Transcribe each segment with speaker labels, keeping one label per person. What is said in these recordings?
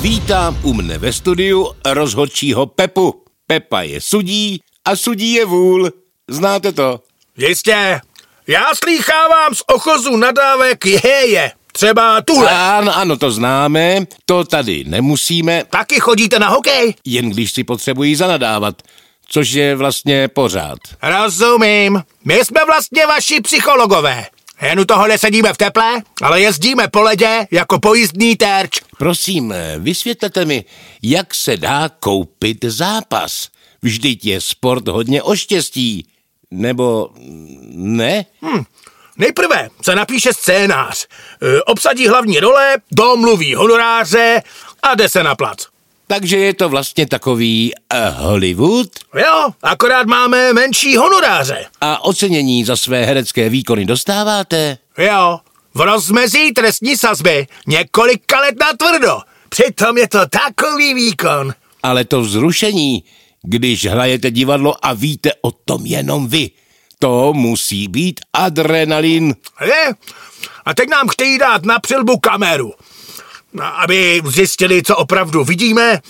Speaker 1: Vítám u mne ve studiu rozhodčího Pepu. Pepa je sudí a sudí je vůl. Znáte to?
Speaker 2: Jistě. Já slýchávám z ochozu nadávek jeheje. Třeba tuhle.
Speaker 1: Ano, ano, to známe, to tady nemusíme,
Speaker 2: Taky chodíte na hokej?
Speaker 1: jen když si potřebují zanadávat, což je vlastně pořád.
Speaker 2: Rozumím. My jsme vlastně vaši psychologové. Jen u toho nesedíme v teple, ale jezdíme po ledě jako pojízdný terč.
Speaker 1: Prosím, eh, vysvětlete mi, jak se dá koupit zápas. Vždyť je sport hodně o štěstí. Nebo mm, ne?
Speaker 2: Nejprve se napíše scénář, e, obsadí hlavní role, domluví honoráře a jde se na plac.
Speaker 1: Takže je to vlastně takový eh, Hollywood
Speaker 2: Jo, akorát máme menší honoráře.
Speaker 1: a ocenění za své herecké výkony dostáváte?
Speaker 2: Jo, v rozmezí trestní sazby, několika let na tvrdo. Přitom je to takový výkon.
Speaker 1: Ale to vzrušení, když hrajete divadlo a víte o tom jenom vy, to musí být adrenalin.
Speaker 2: Je? A teď nám chtějí dát na přilbu kameru, a- aby zjistili, co opravdu vidíme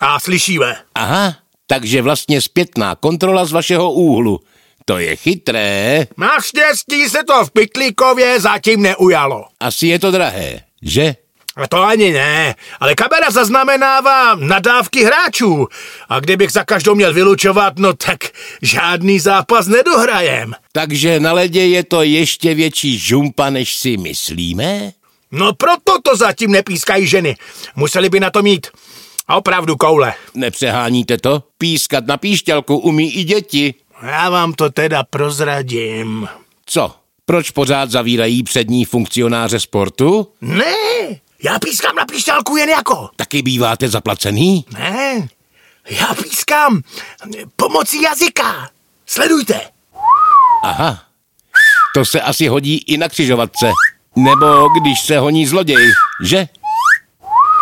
Speaker 2: a slyšíme.
Speaker 1: Aha, takže vlastně zpětná kontrola z vašeho úhlu. To je chytré,
Speaker 2: Naštěstí se to v Pytlíkově zatím neujalo.
Speaker 1: asi je to drahé, že?
Speaker 2: A to ani ne, ale kamera zaznamenává nadávky hráčů. A kdybych za každou měl vylučovat, no tak žádný zápas nedohrajem.
Speaker 1: Takže na ledě je to ještě větší žumpa, než si myslíme?
Speaker 2: No proto to zatím nepískají ženy. Museli by na to mít a opravdu koule.
Speaker 1: Nepřeháníte to? Pískat na píšťalku umí i děti.
Speaker 2: Já vám to teda prozradím.
Speaker 1: Co? Proč pořád zavírají přední funkcionáře sportu?
Speaker 2: Ne, já pískám na píšťálku jen jako.
Speaker 1: Taky býváte zaplacený?
Speaker 2: Ne, já pískám pomocí jazyka. Sledujte.
Speaker 1: Aha. To se asi hodí i na křižovatce. Nebo když se honí zloděj, že?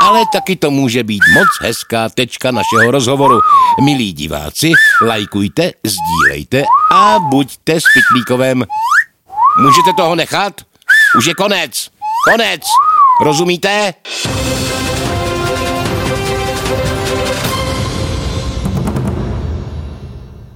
Speaker 1: Ale taky to může být moc hezká tečka našeho rozhovoru. Milí diváci, lajkujte, sdílejte a buďte s Pitlíkovem. Můžete toho nechat? Už je konec. Konec. Rozumíte?